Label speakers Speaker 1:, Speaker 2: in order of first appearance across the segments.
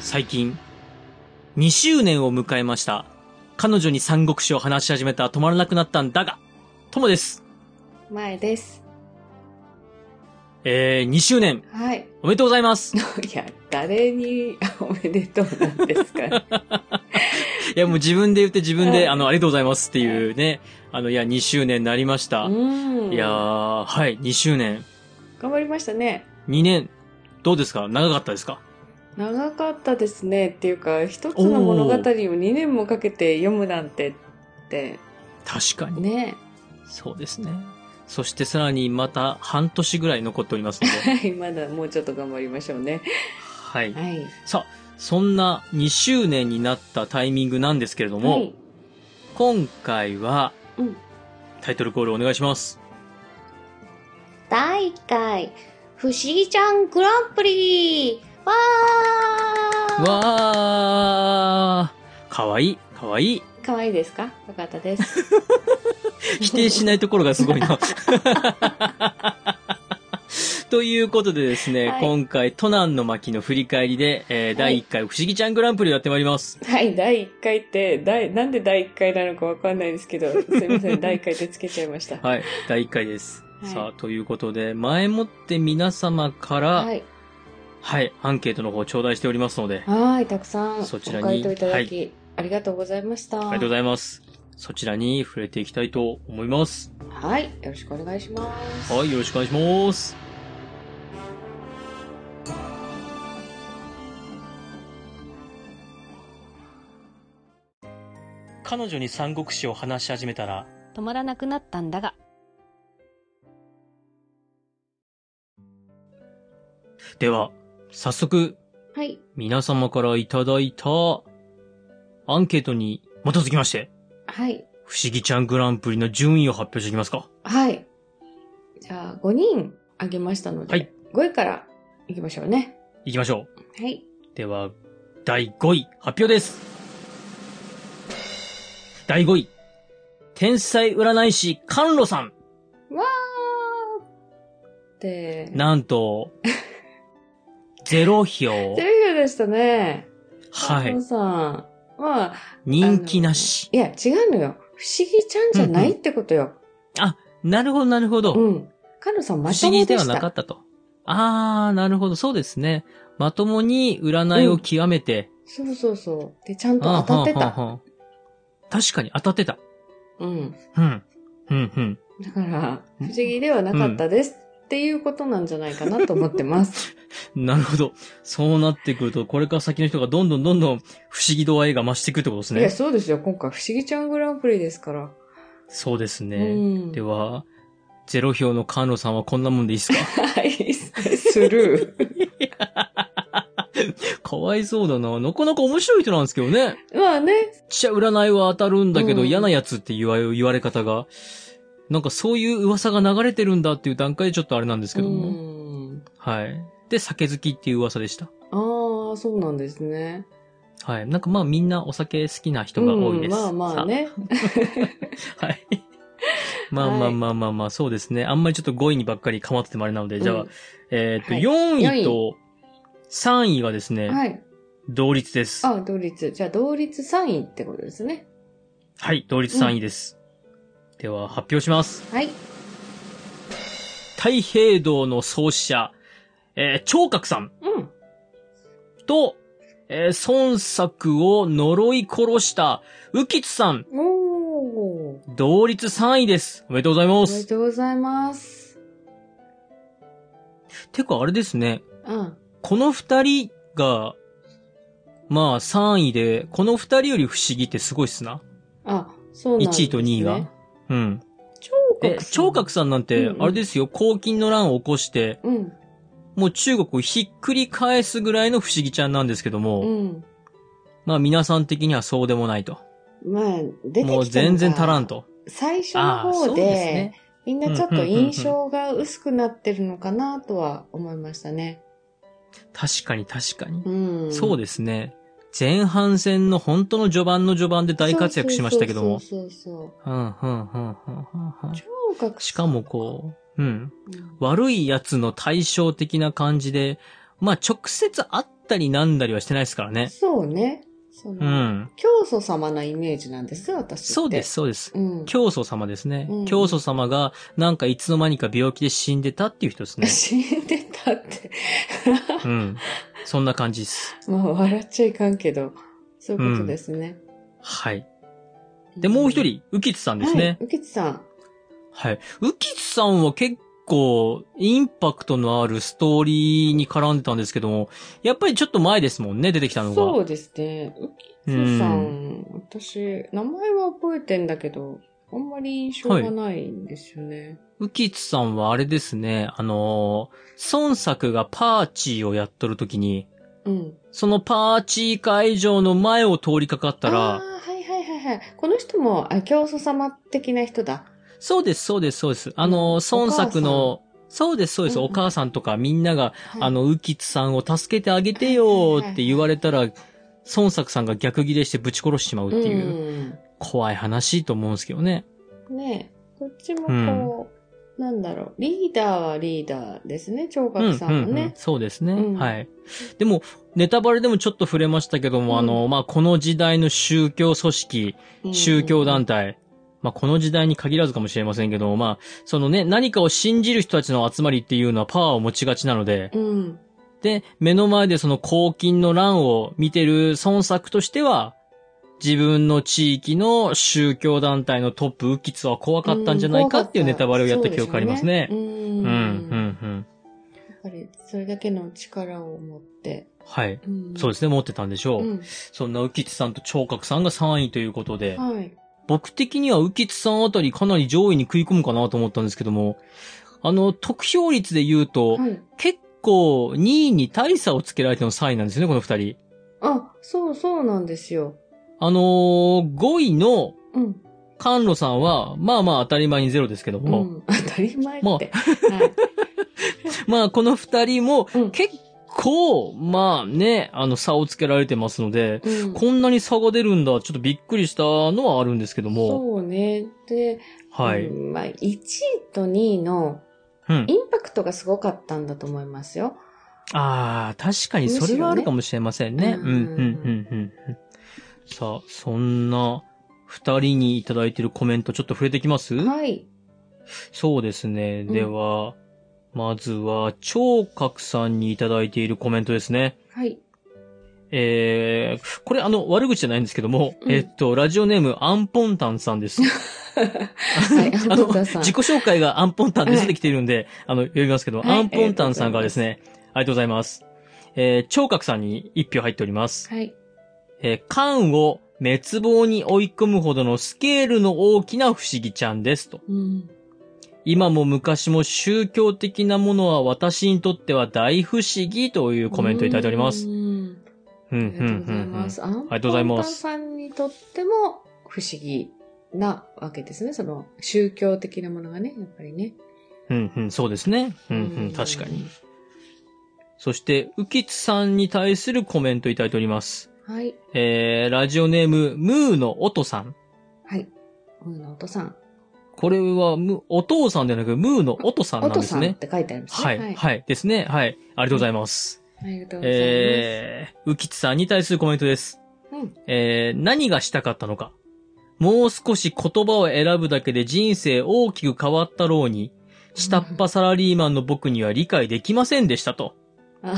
Speaker 1: 最近、2周年を迎えました。彼女に三国志を話し始めたら止まらなくなったんだが、ともです。
Speaker 2: 前です。
Speaker 1: えー、2周年、
Speaker 2: はい。
Speaker 1: おめでとうございます。い
Speaker 2: いや、誰に おめでとうなんですか
Speaker 1: や、もう自分で言って自分
Speaker 2: はい
Speaker 1: で、あの、ありがとうございますっていうね、あの、いや、2周年になりました。
Speaker 2: うん。
Speaker 1: いやー、はい、2周年。
Speaker 2: 頑張りましたね。
Speaker 1: 2年、どうですか長かったですか
Speaker 2: 長かったですね。っていうか、一つの物語を2年もかけて読むなんてって、
Speaker 1: 確かに。
Speaker 2: ね。
Speaker 1: そうですね。そしてさらにまた半年ぐらい残っておりますの で。
Speaker 2: はい、まだもうちょっと頑張りましょうね。
Speaker 1: はい。
Speaker 2: はい。
Speaker 1: さあ、そんな2周年になったタイミングなんですけれども、
Speaker 2: はい。
Speaker 1: 今回は、
Speaker 2: うん
Speaker 1: タイトルコールお願いします。
Speaker 3: 第1回、不思議ちゃんグランプリわー
Speaker 1: わー、かわいい、かわいい。
Speaker 2: 可愛いですかよかったです。
Speaker 1: 否定しないところがすごい な。ということでですね、
Speaker 2: はい
Speaker 1: 今回、都南の巻の振り返りで、えー第1回不思議ちゃんグランプリをやってまいります。
Speaker 2: はい、第1回って、第、なんで第1回なのかわかんないですけど、すいませ ん、第1回ってつけちゃいました。
Speaker 1: はい、第1回です。
Speaker 2: はい
Speaker 1: さあ、ということで、前もって皆様から、はい、
Speaker 2: い。
Speaker 1: アンケートの方頂戴しておりますので、
Speaker 2: はい、たくさん
Speaker 1: そちらに
Speaker 2: ご回答いただき、ありがとうございました。
Speaker 1: ありがとうございます。そちらに触れていきたいと思います。
Speaker 2: はい、よろしくお願いします。
Speaker 1: はい、よろしくお願いします。彼女に三国志を話し始めたら、
Speaker 3: 止まらなくなったんだが。
Speaker 1: では、早速、
Speaker 2: はい、
Speaker 1: 皆様からいただいた、アンケートに基づきまして、
Speaker 2: はい、
Speaker 1: 不思議ちゃんグランプリの順位を発表していきますか。
Speaker 2: はい。じゃあ、5人あげましたので、
Speaker 1: はい
Speaker 2: 5位からいきましょうね。
Speaker 1: いきましょう。
Speaker 2: はい。
Speaker 1: では、第5位、発表です。第5位、天才占い師、カンロさん。
Speaker 2: わーで、
Speaker 1: なん と、ゼロ票。
Speaker 2: テレビでしたね。
Speaker 1: は
Speaker 2: 加
Speaker 1: い
Speaker 2: 藤。さん。まあ、
Speaker 1: 人気なし。
Speaker 2: いや、違うのよ。不思議ちゃんじゃないってことよ。
Speaker 1: なるほど、なるほど。
Speaker 2: うん。
Speaker 1: 不
Speaker 2: カンロさん、まと
Speaker 1: 思
Speaker 2: も
Speaker 1: 議で
Speaker 2: で
Speaker 1: は
Speaker 2: し
Speaker 1: なか
Speaker 2: た。
Speaker 1: ったと。あー、なるほど、そうですね。まともに占いを極めて、
Speaker 2: そうそうそう。で、ちゃんと
Speaker 1: あー
Speaker 2: 当たって
Speaker 1: はんは
Speaker 2: た。
Speaker 1: んはん確かに当たってた。
Speaker 2: うん。
Speaker 1: うん。うん、うん。
Speaker 2: だから、不思議ではなかったです。っていうことなんじゃないかなと思ってます。
Speaker 1: なるほど。そうなってくると、これから先の人がどんどんどんどん不思議度合いが増していくってことです
Speaker 2: いや、
Speaker 1: ね。
Speaker 2: そうですよ。今回、不思議ちゃんグランプリですから。
Speaker 1: そうです
Speaker 2: う
Speaker 1: ね。
Speaker 2: ん。
Speaker 1: では、ゼロ票の菅野さんはこんなもんでいいですか
Speaker 2: はい、スル
Speaker 1: かわいそうだな。なかなか面白い人なんですけどね。
Speaker 2: ー。まあね、
Speaker 1: ちっちゃい占いは当たるんだけど、
Speaker 2: うん
Speaker 1: 嫌なやつって言わ言われ方が、なんかそういう噂が流れてるんだっていう段階でちょっとあれなんですけども。
Speaker 2: うん。
Speaker 1: はい。で、酒好きっていう噂でした。
Speaker 2: ああ、そうなんですね。
Speaker 1: はい。なんかまあみんなお酒好きな人が多いです。
Speaker 2: うん、まあまあね。
Speaker 1: さあ。はい。 まあまあまあまあまあ、そうですね。あんまりちょっと5位にばっかりかまっててもあれなので、じゃあ、
Speaker 2: うん
Speaker 1: えーっと、
Speaker 2: はい
Speaker 1: 4位と3位がですね、
Speaker 2: はい。
Speaker 1: 同率です。
Speaker 2: あ、同率。じゃあ、同率3位ってことですね。
Speaker 1: はい、同率3位です。では、発表します。
Speaker 2: はい。
Speaker 1: 太平道の創始者、えー、聴覚さん
Speaker 2: うん。
Speaker 1: と、えー、孫作を呪い殺した、右吉さん、
Speaker 2: おー。
Speaker 1: 同率3位です。おめでとうございま。
Speaker 2: おめですとうございます。
Speaker 1: てか、あれですね。
Speaker 2: うん。
Speaker 1: この二人が、まあ3位で、この二人より不思議ってすごいっすな。
Speaker 2: あ、そうなんです、ね。
Speaker 1: 1位と2位が。うん。
Speaker 2: 聴
Speaker 1: で
Speaker 2: 覚、さん。
Speaker 1: 聴覚さんなんて
Speaker 2: う、ん
Speaker 1: あれですよ、黄金の乱を起こして、
Speaker 2: うん。
Speaker 1: もう中国をひっくり返すぐらいの不思議ちゃんなんですけども、
Speaker 2: うん。
Speaker 1: まあ皆さん的にはそうでもないと。
Speaker 2: まあ、出てきたのが
Speaker 1: もう全然足らん。と。
Speaker 2: 最初の
Speaker 1: ああ、
Speaker 2: 方
Speaker 1: そう
Speaker 2: で、
Speaker 1: ですね。
Speaker 2: みんなちょっと印象が薄くなってるのかなとは思いましたね。
Speaker 1: 確かに確かに。
Speaker 2: うん。
Speaker 1: そうですね。前半戦の本当の序盤の序盤で大活躍しましたけども。
Speaker 2: そうそう
Speaker 1: うん、うん、うん、うん、うんうん。
Speaker 2: そうそう。聴覚
Speaker 1: しかもこう、うん。
Speaker 2: うん
Speaker 1: 悪い奴の対照的な感じで、まあ直接会っったりなんだりはしてないですからね。
Speaker 2: そうね。その、
Speaker 1: うん。
Speaker 2: 教祖様なイメージなんですよ、私って。
Speaker 1: そうです、。そうです。
Speaker 2: うん。
Speaker 1: 教祖様ですね
Speaker 2: うん。。
Speaker 1: 教祖様が、なんかいつの間にか病気で死んでたっていう人 ですね
Speaker 2: 死んでたって。
Speaker 1: うん。そんな感じです。
Speaker 2: まあ、笑っちゃいかんけど、そういうことですね。
Speaker 1: はい。で、もう一人、浮津さんですね
Speaker 2: はい。。うきつさん。
Speaker 1: はい。浮津さんは結構、インパクトのあるストーリーに絡んでたんですけども、やっぱりちょっと前ですもんね、出てきたのが。
Speaker 2: そう
Speaker 1: う。
Speaker 2: ですね。うきつさん、私、名前は覚えてんだけど、あんまり印象がないんですよね。
Speaker 1: 浮津さんはあれですね、あのー孫作がパーチーをやっとるときに、
Speaker 2: うん。
Speaker 1: そのパーチー会場の前を通りかかった
Speaker 2: あ
Speaker 1: ら、
Speaker 2: ーはいはいはいはい。この人も、あ、教祖様的な人だ。
Speaker 1: そうです、そうです、そうです。あのー、孫作の、そうです、そうです、
Speaker 2: うんうん
Speaker 1: お母さんとかみんなが、
Speaker 2: はい
Speaker 1: あ、の、浮津さんを助けてあげてよーって言われたら、孫作さんが逆ギレしてぶち殺してしまうっていう、怖い話と思うんですけどね。
Speaker 2: うん。ねえ、こっちもこう、なんだろう、リーダーはリーダーですね、聴
Speaker 1: うん、う
Speaker 2: 覚さんは
Speaker 1: ん、うん
Speaker 2: ね。。
Speaker 1: そうですね。
Speaker 2: うん
Speaker 1: はい。でも、ネタバレでもちょっと触れましたけども、
Speaker 2: うん
Speaker 1: あの、まあ、この時代の宗教組織、
Speaker 2: うん
Speaker 1: 宗教団体、まあ、この時代に限らずかもしれませんけど、まあ、そのね、何かを信じる人たちの集まりっていうのはパワーを持ちがちなので、
Speaker 2: うん。
Speaker 1: で、目の前でその公金の乱を見てる孫作としては、自分の地域の宗教団体のトップ、ウキツは怖かったんじゃないかっていうネタバレをやった記憶ありますね
Speaker 2: う。。
Speaker 1: うんん、う、
Speaker 2: うん。
Speaker 1: うんん。
Speaker 2: やっぱり、それだけの力を持って。
Speaker 1: はい。
Speaker 2: うん
Speaker 1: そうですね、持ってたんでしょう。
Speaker 2: うん
Speaker 1: そんなウキツさんと聴覚さんが3位ということで、
Speaker 2: はい。
Speaker 1: 僕的にはウキツさんあたりかなり上位に食い込むかなと思ったんですけども、あの、得票率で言うと、
Speaker 2: はい。
Speaker 1: 結構2位に大差をつけられての3位なんですよね、この2人。
Speaker 2: あ、そうそうなんですよ。
Speaker 1: あのー、5位の
Speaker 2: うん。
Speaker 1: カンロさんは、まあまあ当たり前にゼロですけど
Speaker 2: う
Speaker 1: も、
Speaker 2: ん。当たり前
Speaker 1: も
Speaker 2: っ
Speaker 1: う
Speaker 2: て。はい
Speaker 1: まあこの2人も
Speaker 2: うん
Speaker 1: 結構、まあね、あの差をつけられてますので、
Speaker 2: うん
Speaker 1: こんなに差が出るんだ、ちょっとびっくりしたのはあるんですけども、
Speaker 2: そうね。で、
Speaker 1: はい。
Speaker 2: う
Speaker 1: うん
Speaker 2: まあ、1位と2位の
Speaker 1: ん。
Speaker 2: インパクトがすごかったんだと思いますよ。
Speaker 1: ああ、確かにそれはあるかもしれませんね。
Speaker 2: む
Speaker 1: う
Speaker 2: し
Speaker 1: ん、
Speaker 2: ろ
Speaker 1: う
Speaker 2: ね
Speaker 1: ん、うん、うん。さあ、そんな、二人にいただいてるコメントちょっと触れてきます
Speaker 2: はい。
Speaker 1: そうですね。では、まずは、聴覚さんにいただいているコメントですね。
Speaker 2: はい。
Speaker 1: えー、これあの、悪口じゃないんですけども、
Speaker 2: うん
Speaker 1: えっと、ラジオネーム、アンポンタンさんです。
Speaker 2: はい、ア
Speaker 1: あ
Speaker 2: ン
Speaker 1: の、
Speaker 2: ポンタンさん。
Speaker 1: 自己紹介がアンポンタンで
Speaker 2: はい
Speaker 1: 出てきているんで、あの、呼びますけど、
Speaker 2: はい
Speaker 1: アンポンタンさんからですね、ありがとうございます。えー、聴覚さんに一票入っております。
Speaker 2: はい。
Speaker 1: えー、缶を滅亡に追い込むほどのスケールの大きな不思議ちゃんですと。
Speaker 2: うん。
Speaker 1: 今も昔も宗教的なものは私にとっては大不思議というコメントをいただいております。
Speaker 2: うん。
Speaker 1: うん、う
Speaker 2: あ
Speaker 1: ん
Speaker 2: りが
Speaker 1: うん。う
Speaker 2: とうご、ざい
Speaker 1: ん
Speaker 2: ます。あり
Speaker 1: りがとうございます
Speaker 2: さんにとっても不思議なわけですね。その宗教的なものがね、やっぱりね。
Speaker 1: うん、うん、そうですね。うん、うん、確かに。。そして、浮津さんに対するコメントをいただいております。
Speaker 2: はい。
Speaker 1: えー、ラジオネーム、ムーのおとさん。
Speaker 2: はい。ムーのお父さん。
Speaker 1: これは、む、お父さんではなく、ムーのおとさんな
Speaker 2: お
Speaker 1: ん
Speaker 2: 父
Speaker 1: で
Speaker 2: さ
Speaker 1: す
Speaker 2: んっ
Speaker 1: ね。
Speaker 2: て書いてあります
Speaker 1: は
Speaker 2: ね。
Speaker 1: い、はい、ですね。はい。ありがとうございます。
Speaker 2: ありがとうございます。
Speaker 1: えー、浮津さんに対するコメントです。
Speaker 2: うん
Speaker 1: えー、何がしたかったのか。もう少し言葉を選ぶだけで人生大きく変わったろうに、下っ端サラリーマンの僕には理解できませんでしたと。
Speaker 2: あ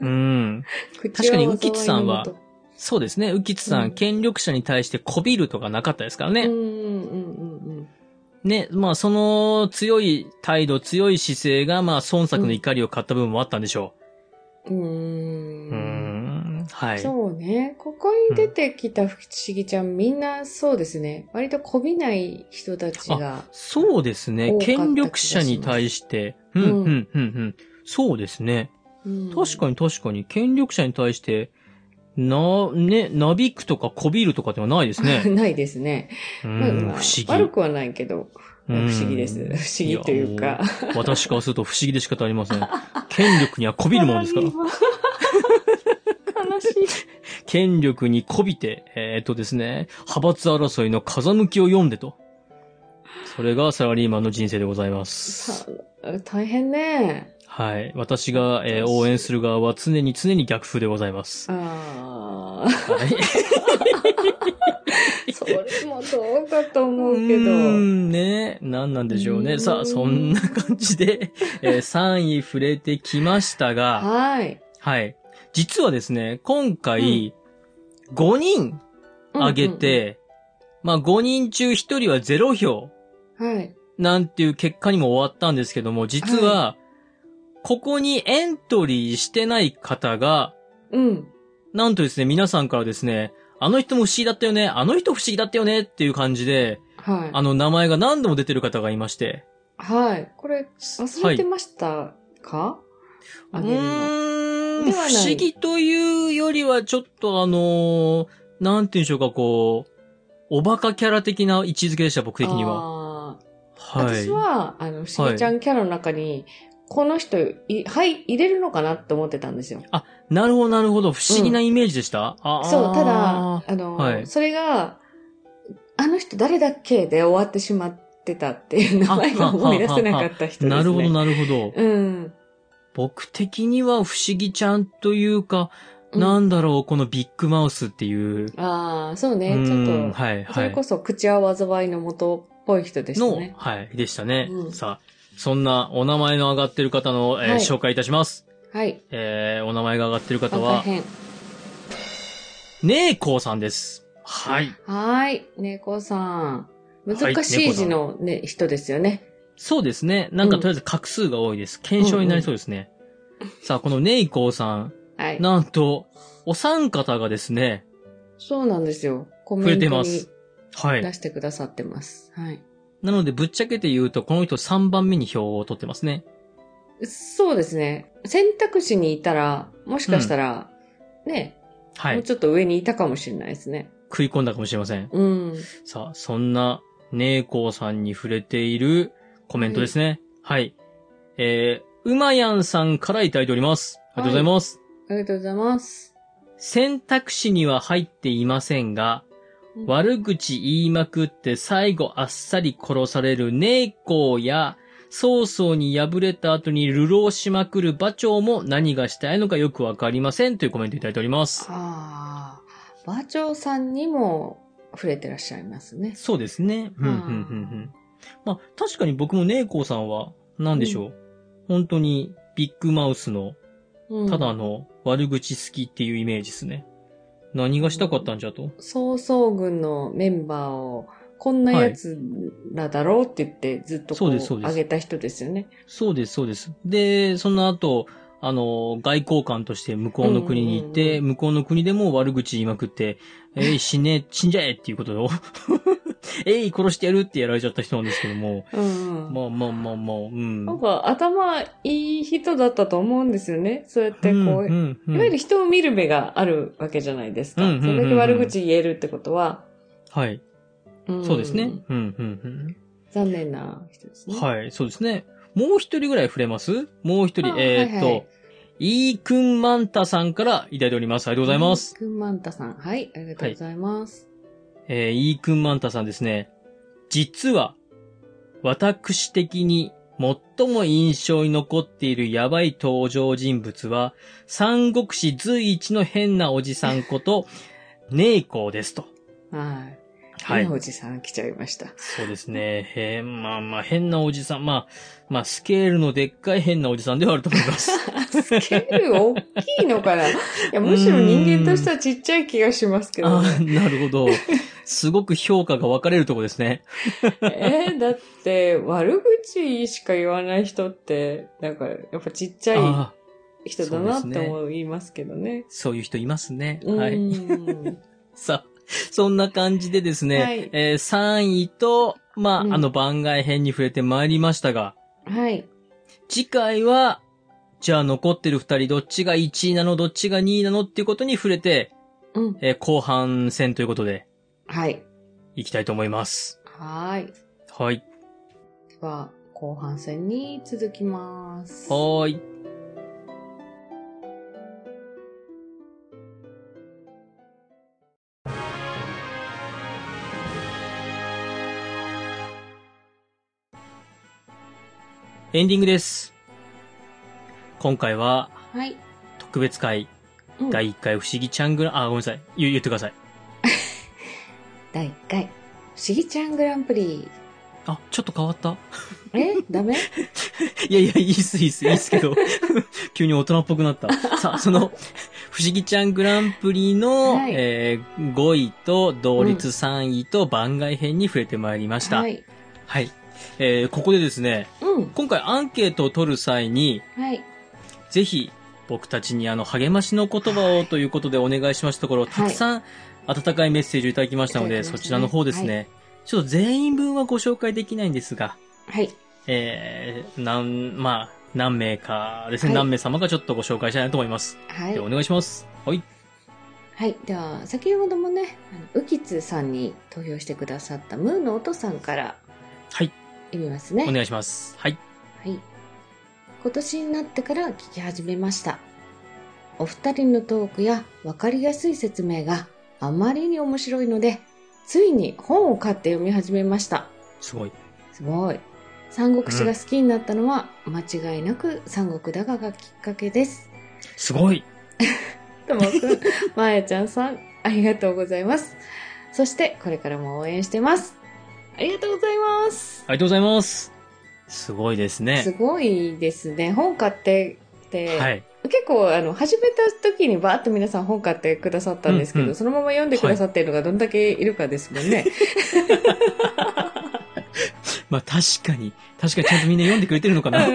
Speaker 1: うん。
Speaker 2: 口は
Speaker 1: 確かにウキツさんは
Speaker 2: 災いの元
Speaker 1: そうですね。浮津さん、
Speaker 2: うん
Speaker 1: 権力者に対して媚びるとかなかったですからね。
Speaker 2: うんうんうんうん。
Speaker 1: ね、まあその強い態度、強い姿勢が、まあ孫作の怒りを買った部分もあったんでしょ
Speaker 2: うーん
Speaker 1: う。うーん。はい。
Speaker 2: そうね。ここに出てきた不思議ちゃん、みんなそうですね。割とこびない人たちが。
Speaker 1: そうですね
Speaker 2: 多。かった気がします
Speaker 1: 権力者に対して、うん、うん、うん、うん。そうですね。確か
Speaker 2: に。
Speaker 1: に確かに、権力者に対して、な、ね、なびくとかこびるとかではないです ね。
Speaker 2: ないですね。
Speaker 1: う
Speaker 2: まあ
Speaker 1: ん、不
Speaker 2: まあ
Speaker 1: 思議。
Speaker 2: 悪くはないけど、不
Speaker 1: うん
Speaker 2: 思議です。不思議というか。
Speaker 1: や。もう私からすると不思議で仕方ありません。権力にはこびるものですから。
Speaker 2: 悲しい。
Speaker 1: 権力にこびて、えーっとですね、派閥争いの風向きを読んでと。それがサラリーマンの人生でございます。
Speaker 2: さ大変ね。
Speaker 1: はい。私が、えー応援する側は常に常に逆風でございます。
Speaker 2: あ
Speaker 1: はい。
Speaker 2: あ、 それもどうかと思う
Speaker 1: う
Speaker 2: けど。
Speaker 1: ーん、ね。何なんでしょう
Speaker 2: うー
Speaker 1: ね。
Speaker 2: ん
Speaker 1: さあ、そんな感じで、えー3位触れてきましたが、
Speaker 2: はい。
Speaker 1: はい。実はですね、今回、5人あげて、まあ5人中1人は0票
Speaker 2: うんうん。はい。
Speaker 1: なんていう結果にも終わったんですけども、実は、ここにエントリーしてない方が、
Speaker 2: うん。
Speaker 1: なんとですね、皆さんからですね、あの人も不思議だったよね、あの人不思議だったよねっていう感じで、
Speaker 2: はい。
Speaker 1: あの名前が何度も出てる方がいまして。
Speaker 2: はい。これ、忘れて
Speaker 1: はい
Speaker 2: ましたか、
Speaker 1: う
Speaker 2: あげるの。
Speaker 1: ーん、
Speaker 2: で
Speaker 1: 不
Speaker 2: はない
Speaker 1: 思議というよりはちょっとあのーなんていうんでしょうか、こう、おバカキャラ的な位置づけでした、僕的には。
Speaker 2: は。
Speaker 1: は
Speaker 2: 私
Speaker 1: い。
Speaker 2: は、あの、不思議ちゃんキャラの中に、この人い、はい、入れるのかなって思ってたんですよ。
Speaker 1: なるほど、なるほど。不思議なイメージでした、ああー
Speaker 2: そう、ただ、あの、
Speaker 1: はい
Speaker 2: それが、あの人誰だっけで終わってしまってたっていう名前が思い出せなかった人ですね。
Speaker 1: なるほど、なるほど。
Speaker 2: うん。
Speaker 1: 僕的には不思議ちゃんというか、
Speaker 2: うん
Speaker 1: なんだろう、このビッグマウスっていう。
Speaker 2: ああ、そうね
Speaker 1: う。ん
Speaker 2: ちょっと、
Speaker 1: はい、
Speaker 2: そ
Speaker 1: は
Speaker 2: れ
Speaker 1: い
Speaker 2: こ。そ口は災いの元っぽい人でした
Speaker 1: の、
Speaker 2: ね。
Speaker 1: はい、でしたね。
Speaker 2: うん
Speaker 1: さあ、そんなお名前の上がってる方の、えー
Speaker 2: はい
Speaker 1: 紹介いたします。
Speaker 2: はい。
Speaker 1: えー、お名前が上がってる
Speaker 2: あ
Speaker 1: 方
Speaker 2: 大
Speaker 1: は、
Speaker 2: 変。
Speaker 1: ねえこうさんです。はい。
Speaker 2: はーい。猫さん。
Speaker 1: い猫さん
Speaker 2: 難しい字のね、人ですよね。
Speaker 1: そうですね。なんか
Speaker 2: うん
Speaker 1: とりあえず画数が多いです。検証になりそうですね。さあ、このねえこうさん、
Speaker 2: はい。
Speaker 1: なんと、お三方がですね、
Speaker 2: そうなんですよ。コ
Speaker 1: 触
Speaker 2: メ
Speaker 1: れ
Speaker 2: ン
Speaker 1: て
Speaker 2: ト
Speaker 1: ま
Speaker 2: に
Speaker 1: す。はい
Speaker 2: 出。してくださってます。はい。
Speaker 1: なので、ぶっちゃけて言うと、この人3番目に票を取ってますね。
Speaker 2: そうですね。選択肢にいたら、もしかしたら、ね、
Speaker 1: は
Speaker 2: もう
Speaker 1: い。
Speaker 2: ちょっと上にいたかもしれないですね。
Speaker 1: 食い込んだかもしれません。
Speaker 2: うん。
Speaker 1: さあ、そんな、ねえこうさんに触れているコメントですね。はい。えー、うまやんさんからいただいております。ありがとうございます。
Speaker 2: ありがとうございます。
Speaker 1: 選択肢には入っていませんが、
Speaker 2: うん
Speaker 1: 悪口言いまくって最後あっさり殺される猫や、曹操に敗れた後に流浪しまくる馬長も何がしたいのかよくわかりませんというコメントいただいております。
Speaker 2: ああ、馬長さんにも触れてらっしゃいますね。
Speaker 1: そうですね。うん、うん、うん、うん。まあ、確かに僕もねえこうさんは、なんでしょう。本当にビッグマウスの、
Speaker 2: うん
Speaker 1: ただ、の悪口好きっていうイメージですね。何がしたかったんじゃと。
Speaker 2: 曹操軍のメンバーを、こんなやつらだろうって言って、ずっとこ
Speaker 1: そう
Speaker 2: う、
Speaker 1: ですそうです
Speaker 2: 上げた人ですよね。
Speaker 1: そうです、そうです。で、その後、あの、外交官として向こうの国に行って、
Speaker 2: うんうん
Speaker 1: 向こうの国でも悪口言いまくって、えい、死ね、死んじゃえっていうことを、 えい、殺してやるってやられちゃった人なんですけども、
Speaker 2: うんうん
Speaker 1: まあまあまあまあ、うん。
Speaker 2: なんか頭いい人だったと思うんですよね。そうやってこう、
Speaker 1: んうん
Speaker 2: いわゆる人を見る目があるわけじゃないですか。
Speaker 1: うんうんうんうん
Speaker 2: それだけ悪口言えるってことは、
Speaker 1: はい。
Speaker 2: ん
Speaker 1: そうですね。うん、うん、
Speaker 2: 残念な人です
Speaker 1: う
Speaker 2: ね。
Speaker 1: ん。はい、そうですね。もう一人ぐらい触れますもう一人
Speaker 2: あ、
Speaker 1: えーっと、
Speaker 2: はい
Speaker 1: い
Speaker 2: はい
Speaker 1: い、くんまんたさんからいただいております。ありがとうございます。
Speaker 2: くんまんたさん。はい、ありがとうございます。
Speaker 1: えー、イーくんマンタさんですね。実は、私的に最も印象に残っているやばい登場人物は、三国志随一の変なおじさん こと、ネイコーですと。
Speaker 2: はい。は。
Speaker 1: はいい
Speaker 2: 今。おじさん来ちゃいました。
Speaker 1: そうですね。へーまあまあ、変なおじさん。まあ、まあ、スケールのでっかい変なおじさんではあると思います。
Speaker 2: スケール大きいのかないや、むしろ人間としてはちっちゃい気がしますけど
Speaker 1: あ
Speaker 2: ね、
Speaker 1: ーなるほど。すごく評価が分かれるとこですね。
Speaker 2: えーだって、悪口しか言わない人って、なんか、やっぱちっちゃ
Speaker 1: あー
Speaker 2: い人だなって思いますけどね。
Speaker 1: そういう人いますね。
Speaker 2: う
Speaker 1: はい。
Speaker 2: ん。
Speaker 1: さあ、そんな感じでですね、
Speaker 2: はい
Speaker 1: えー3位と、まあ、
Speaker 2: うん
Speaker 1: あの番外編に触れてまいりましたが、
Speaker 2: はい。
Speaker 1: 次回は、じゃあ残ってる2人どっちが1位なのどっちが2位なのっていうことに触れて、
Speaker 2: うん。
Speaker 1: えー後半戦ということで
Speaker 2: はい。
Speaker 1: いきたいと思います。
Speaker 2: はーい。
Speaker 1: はい。
Speaker 2: では、後半戦に続きます。
Speaker 1: はーい。エンディングです。今回は
Speaker 2: はい。
Speaker 1: 特別会
Speaker 2: うん
Speaker 1: 第1回不思議ちゃんぐら、あ、ごめんなさい。言言ってください。
Speaker 2: 第1回、不思議ちゃんグランプリ。
Speaker 1: あ、ちょっと変わった。
Speaker 2: え ダメ
Speaker 1: いやいや、いいっす、いいっす、いいっすけど、 急に大人っぽくなった。 さあ、その、不思議ちゃんグランプリの、
Speaker 2: はい
Speaker 1: えー5位と同率3位と番外編に触れてまいりました。は。
Speaker 2: はいい。
Speaker 1: えーここでですね、
Speaker 2: うん。
Speaker 1: 今回アンケートを取る際に、
Speaker 2: はい。
Speaker 1: ぜひ、僕たちにあの、励ましの言葉をということでお願いしましたところ、
Speaker 2: い
Speaker 1: たくさん温かいメッセージをいただきましたので、
Speaker 2: いただきま
Speaker 1: そ
Speaker 2: したね
Speaker 1: ちらの方ですね、ちょっと全員分はご紹介できないんですが、
Speaker 2: はい。
Speaker 1: えー、なん、まあ、何名かですね、
Speaker 2: はい
Speaker 1: 何名様かちょっとご紹介したいなと思います。
Speaker 2: はい
Speaker 1: ではお。願いします。はい。
Speaker 2: はい。では、先ほどもね、あのウキツさんに投票してくださったムーの音さんから
Speaker 1: はい。
Speaker 2: 読みますね。
Speaker 1: お願いします。はい。
Speaker 2: はい。今年になってから聞き始めました。お二人のトークや分かりやすい説明があまりに面白いので、ついに本を買って読み始めました。
Speaker 1: すごい。
Speaker 2: すごい。三国志が好きになったのは、間違いなく三国だががきっかけです。
Speaker 1: すごい。
Speaker 2: とも くん、まやちゃんさん、ありがとうございます。そして、これからも応援してます。ありがとうございます。
Speaker 1: ありがとうございます。すごいですね。
Speaker 2: すごいですね。本買ってって、
Speaker 1: はい。
Speaker 2: 結構、あの、始めた時にバーッと皆さん本買ってくださったんですけど、
Speaker 1: うんうん
Speaker 2: そのまま読んでくださってるのがどんだけいるかですもんね。
Speaker 1: まあ確かに、確かにちゃんとみんな読んでくれてるのか な。
Speaker 2: うん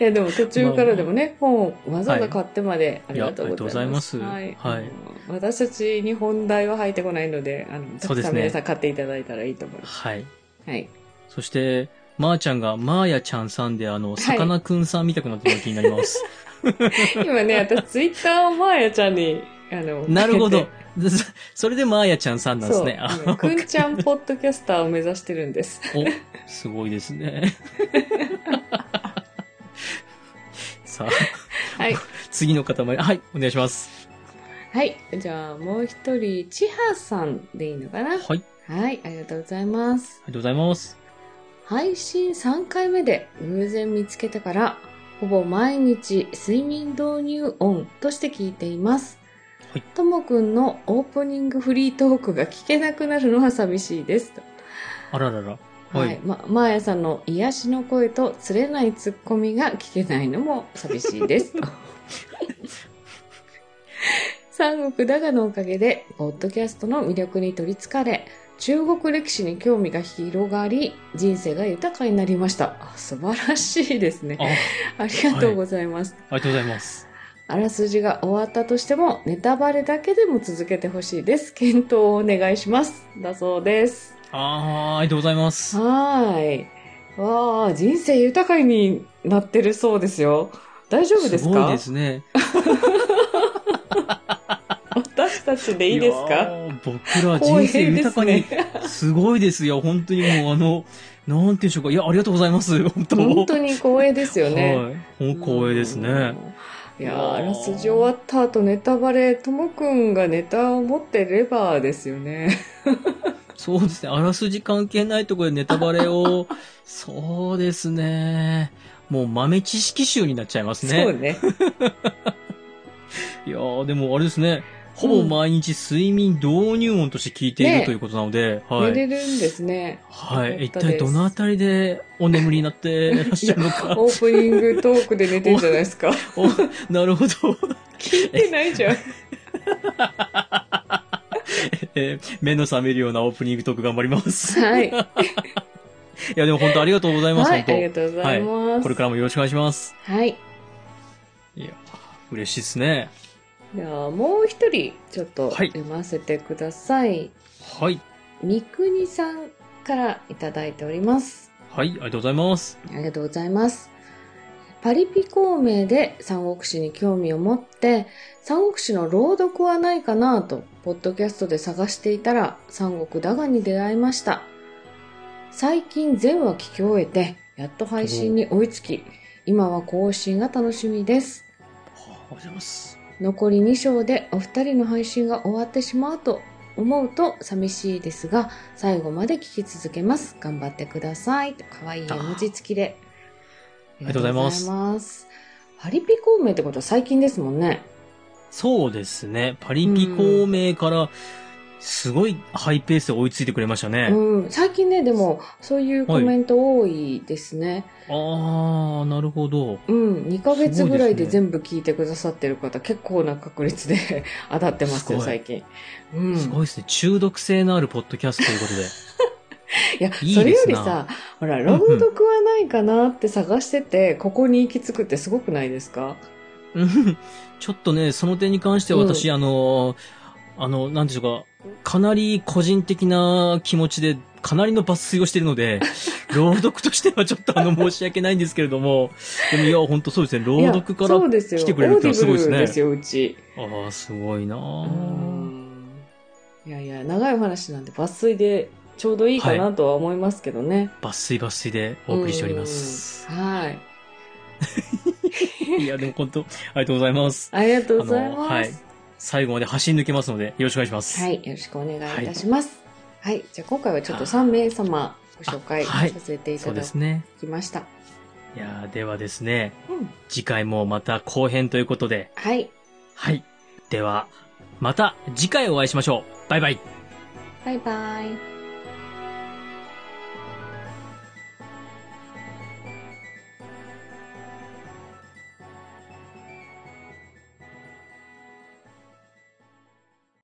Speaker 2: いや、でも途中からでもね、本をわざわざ買ってまで、
Speaker 1: いや
Speaker 2: ありがとうございます。
Speaker 1: ありがとうございますはい
Speaker 2: あの私たちに本題は入ってこないので、あの、た
Speaker 1: そう
Speaker 2: く
Speaker 1: です
Speaker 2: さ
Speaker 1: ね
Speaker 2: ん皆さん買っていただいたらいいと思います。
Speaker 1: はい。
Speaker 2: はい。
Speaker 1: そして、まー、ちゃんが、まーやちゃんさんで、あの、
Speaker 2: い
Speaker 1: さかなクンさんみたくなってるのが気になります。
Speaker 2: 今ね、私ツイッターをまーやちゃんに、あの、
Speaker 1: なるほ
Speaker 2: か
Speaker 1: ど。そそれでまーやちゃんさん
Speaker 2: け
Speaker 1: な
Speaker 2: て。
Speaker 1: んで
Speaker 2: そ
Speaker 1: す
Speaker 2: う、
Speaker 1: ね。
Speaker 2: あのくんちゃんポッドキャスターを目指してるんです。
Speaker 1: お、すごいです ね。さあ、
Speaker 2: はい。
Speaker 1: 次の方まで、はい、お願いします。
Speaker 2: はい。じゃあ、もう一人、ちはさんでいいのかな
Speaker 1: はい、
Speaker 2: はい。ありがとうございます。
Speaker 1: ありがとうございます。
Speaker 2: 配信3回目で偶然見つけてから、ほぼ毎日睡眠導入音として聞いています
Speaker 1: はい。
Speaker 2: ともくんのオープニングフリートークが聞けなくなるのは寂しいです。
Speaker 1: あららら。は。
Speaker 2: はいい。ま、まーやさんの癒しの声と釣れないツッコミが聞けないのも寂しい です。と三国だがのおかげで、ポッドキャストの魅力に取りつかれ、中国歴史に興味が広がり、人生が豊かになりました。あ素晴らしいですね
Speaker 1: あ、。あ
Speaker 2: ありがとうございます。
Speaker 1: りがとうございます。
Speaker 2: あらすじが終わったとしても、ネタバレだけでも続けてほしいです。検討をお願いします。だそうです。
Speaker 1: あー、ありがとうございます。
Speaker 2: はーい。わあ、人生豊かになってるそうですよ。大丈夫ですか
Speaker 1: ごいですね。
Speaker 2: 私たちでいいです
Speaker 1: や
Speaker 2: か
Speaker 1: ー僕ら人生豊かに。
Speaker 2: 光栄ですね
Speaker 1: すごいですよ。本当にもうあの、なんていうんでしょうか。いや、あり がとうございます。本当
Speaker 2: 本当に光栄ですよね。
Speaker 1: はい。もう光栄ですね。
Speaker 2: うん。いやーあらすじ終わった後ネタバレ、ともくんがネタを持ってればですよね。
Speaker 1: そうですね。あらすじ関係ないところでネタバレ を、そうですね。もう豆知識集になっちゃいます
Speaker 2: そう
Speaker 1: ね。
Speaker 2: ね。
Speaker 1: いやー、でもあれですね。ほぼ毎日睡眠導入音として聞いている、
Speaker 2: ね
Speaker 1: ということなので、は
Speaker 2: 寝
Speaker 1: い。
Speaker 2: れるんですね。
Speaker 1: は
Speaker 2: よか
Speaker 1: い。
Speaker 2: っ
Speaker 1: 一
Speaker 2: たです
Speaker 1: 体どのあたりでお眠りになっていらっしゃるの
Speaker 2: オ
Speaker 1: か。
Speaker 2: ープニングトークで寝てんじゃない ですか。
Speaker 1: おなるほど、
Speaker 2: 聞い てな いじゃん。
Speaker 1: えー目の覚めるようなオープニングトーク頑張ります。い
Speaker 2: はい。
Speaker 1: や、でも本当ありがとうございます、
Speaker 2: はい、ありが
Speaker 1: 本
Speaker 2: とうございま
Speaker 1: 当。
Speaker 2: す。
Speaker 1: これからもよろしくお願いします。
Speaker 2: はい。
Speaker 1: いや、嬉しいですね。
Speaker 2: じゃあもう一人ちょっと
Speaker 1: はい
Speaker 2: 読ませてください。
Speaker 1: はい。
Speaker 2: 三国さんからいただいております。
Speaker 1: はい、ありがとうございます。
Speaker 2: ありがとうございます。パリピ孔明で三国志に興味を持って、三国志の朗読はないかなと、ポッドキャストで探していたら、三国だがに出会いました。最近全話聞き終えて、やっと配信に追いつき、今は更新が楽しみです。
Speaker 1: ありがとうございます。
Speaker 2: 残り2章でお二人の配信が終わってしまうと思うと寂しいですが最後まで聞き続けます頑張ってくださいかわいい絵文字付きであ
Speaker 1: りがとうございます
Speaker 2: ありがとうございますパリピ孔明ってことは最近ですもんね。
Speaker 1: そうですね。パリピ孔明から、すごいハイペースで追いついてくれましたね。
Speaker 2: うん、最近ね、でも、そういうコメント多いですね。
Speaker 1: あー、なるほど。
Speaker 2: うん、2ヶ月ぐらいで
Speaker 1: そうですね
Speaker 2: 全部聞いてくださってる方、結構な確率で 当たってますよ、
Speaker 1: すごい
Speaker 2: 最近。うん。
Speaker 1: すごいですね。中毒性のあるポッドキャストということで。
Speaker 2: いや、
Speaker 1: いいですな
Speaker 2: それよりさ、ほら、朗読はないかなって探してて、ここに行き着くってすごくないですか
Speaker 1: うんちょっとね、その点に関しては私、
Speaker 2: う
Speaker 1: あのー、あの、なんでしょうか、かなり個人的な気持ちで、かなりの抜粋をしているの で、朗読としてはちょっとあの、申し訳ないんですけれども、でもいや、本当そうですね、朗読か
Speaker 2: いや
Speaker 1: ら
Speaker 2: そうですよ
Speaker 1: 来てくれるってのはすごいですね
Speaker 2: オーディブルですよ、うち。
Speaker 1: ああ、すごいな
Speaker 2: う
Speaker 1: ぁ
Speaker 2: んいやいや、長いお話なんで、抜粋でちょうどいいかなとは思いますけどね。
Speaker 1: 抜粋抜粋でお送りしております。
Speaker 2: うん。はい。
Speaker 1: いや、でも本当、ありがとうございます。
Speaker 2: ありがとうございます。
Speaker 1: あのはい最後まで走り抜けますので、よろしくお願いします。
Speaker 2: はい、よろしくお願いいたします。はい、じゃあ今回はちょっと3名様ご紹介
Speaker 1: あはい
Speaker 2: させてい
Speaker 1: そ
Speaker 2: た
Speaker 1: う
Speaker 2: だ
Speaker 1: ですね。
Speaker 2: きました。
Speaker 1: いやーではですね、
Speaker 2: うん
Speaker 1: 次回もまた後編ということで、
Speaker 2: はい、
Speaker 1: はい。では、また次回お会いしましょう。バイバイ。
Speaker 2: バイバイ。